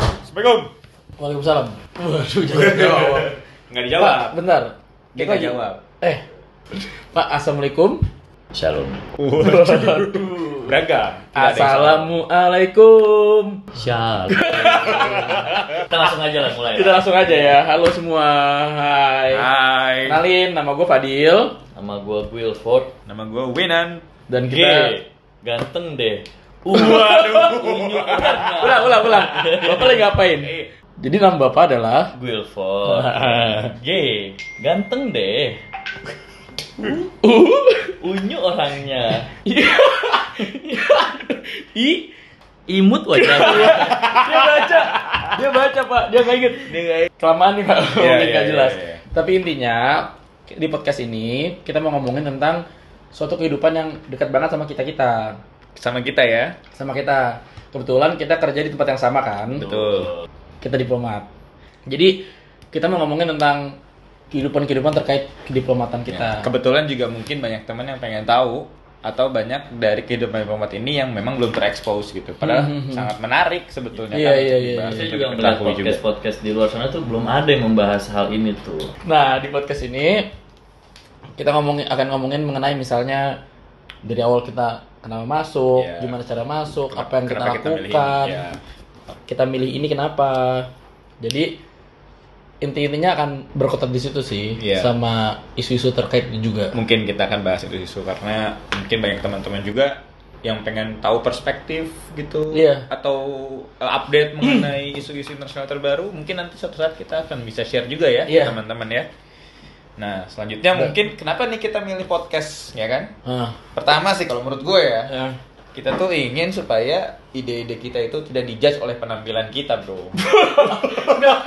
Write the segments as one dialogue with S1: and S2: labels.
S1: Assalamualaikum.
S2: Waalaikumsalam. Waduh, jangan jawab.
S1: Nggak
S2: Pak,
S1: dijawab.
S2: bentar.
S3: Dia
S2: Kita
S3: nggak
S2: lagi-
S3: jawab.
S2: Eh, Pak, assalamualaikum.
S3: Shalom.
S1: Beragam. Tidak ada yang salah.
S2: Assalamualaikum.
S3: Shalom. Kita langsung aja lah mulai.
S2: Kita langsung aja ya. Halo semua. Hai.
S1: Hai.
S2: Kenalin, nama gue Fadil
S3: Nama gua Wilford.
S1: Nama gue Winan.
S2: dan
S1: G.
S2: kita
S3: Ganteng deh.
S1: Waduh.
S2: ulang ulang ulang. Bapak lagi ngapain?
S1: Eh,
S2: Jadi nama Bapak adalah
S3: Wilford. G. Ganteng deh. Unyu orangnya.
S2: I
S3: Imut wajahnya.
S2: dia baca dia baca pak dia nggak inget dia nggak inget. kelamaan nih pak
S1: Iya,
S2: ngomongin
S1: iya,
S2: nggak
S1: iya,
S2: jelas
S1: iya.
S2: tapi intinya di podcast ini kita mau ngomongin tentang suatu kehidupan yang dekat banget sama kita kita
S1: sama kita ya.
S2: sama kita kebetulan kita kerja di tempat yang sama kan
S1: Betul.
S2: kita diplomat jadi kita mau ngomongin tentang kehidupan-kehidupan terkait kediplomatan
S1: Iya,
S2: kita
S1: Kebetulan juga mungkin banyak teman yang pengen tahu atau banyak dari kehidupan diplomat ini yang memang belum terekspos gitu. Padahal
S2: Hmm, hmm, hmm.
S1: sangat menarik sebetulnya. kan,
S2: Iya, iya,
S1: untuk
S2: iya,
S1: dibahas,
S2: iya.
S3: Saya
S1: untuk
S3: juga melihat
S1: diketahui juga.
S3: podcast-podcast di luar sana tuh belum ada yang membahas hal ini tuh.
S2: Nah, di podcast ini kita ngomongin akan ngomongin mengenai misalnya dari awal kita kenapa masuk,
S1: Iya.
S2: gimana cara masuk,
S1: Kenapa-
S2: apa yang kita
S1: kenapa kita milih ini,
S2: lakukan.
S1: iya.
S2: Kita milih ini kenapa. Jadi inti-intinya akan berkotak di situ sih
S1: Iya.
S2: sama isu-isu terkait juga.
S1: Mungkin kita akan bahas itu isu karena mungkin banyak teman-teman juga yang pengen tahu perspektif gitu
S2: Iya.
S1: atau uh, update mengenai isu-isu internasional terbaru mungkin nanti suatu saat kita akan bisa share juga ya
S2: Iya.
S1: ke teman-teman ya nah selanjutnya
S2: Dan-
S1: mungkin kenapa nih kita milih podcast ya kan
S2: Hah.
S1: pertama sih kalau menurut gue ya
S2: Nah, Ya.
S1: kita tuh ingin supaya ide-ide kita itu tidak dijudge oleh penampilan kita bro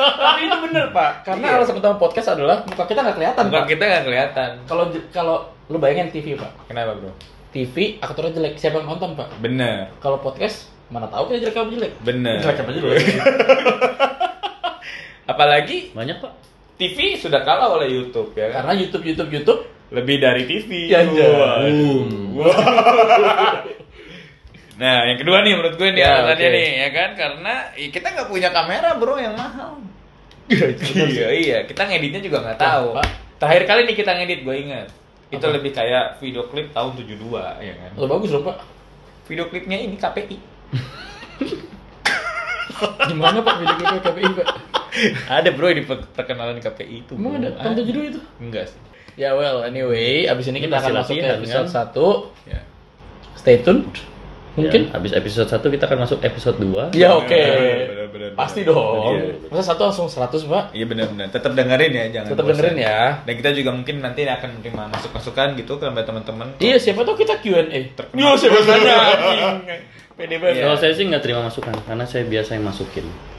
S2: Tapi itu bener pak, karena alasan utama podcast adalah muka kita nggak kelihatan
S1: bukan
S2: pak.
S1: kita Iya. nggak kelihatan
S2: Kalau kalau lu bayangin TV pak,
S1: kenapa bro
S2: TV aktornya jelek siapa yang nonton pak?
S1: bener
S2: Kalau podcast mana tahu kita jelek apa jelek?
S1: bener
S3: Jelek apa jelek?
S1: apalagi
S3: Banyak pak.
S1: TV sudah kalah oleh YouTube ya kan
S2: Karena YouTube, YouTube, YouTube.
S1: lebih dari TV.
S2: Ya, anjay.
S1: Waduh. Nah, yang kedua nih menurut gue nih
S2: Ya,
S1: alasannya
S2: oke.
S1: nih ya kan karena ya, kita nggak punya kamera bro yang mahal. iya iya, kita ngeditnya juga nggak tahu.
S2: Pak.
S1: Terakhir kali nih kita ngedit gue inget itu
S2: Apa?
S1: lebih kayak video klip tahun 72 ya kan.
S2: Lo bagus loh pak.
S1: Video klipnya ini KPI.
S2: Gimana pak video klipnya KPI pak?
S1: ada bro di pe- perkenalan KPI itu.
S2: Emang
S1: bro.
S2: ada tahun tujuh itu?
S1: Enggak sih.
S2: Ya well anyway, abis ini
S3: Ini
S2: kita akan
S3: masih
S2: masuk ke
S3: latihan,
S2: episode
S3: kan?
S2: satu.
S1: Ya.
S2: Stay tune. Mungkin.
S3: Ya, habis episode 1 kita akan masuk episode 2.
S2: Ya oke.
S1: Bener, bener, bener,
S2: Pasti
S1: bener.
S2: dong.
S1: Iya.
S2: Masa satu langsung 100 pak?
S1: Iya benar-benar. Tetap dengerin ya, jangan.
S2: Tetap
S1: bosan.
S2: dengerin ya.
S1: Dan kita juga mungkin nanti akan menerima masuk-masukan gitu kepada teman-teman.
S2: Iya siapa tahu kita Q&A.
S1: Terkenal. Iya.
S2: Yo siapa tanya? anjing. Pede banget.
S3: Iya. Kalau saya sih nggak terima masukan karena saya biasa yang masukin.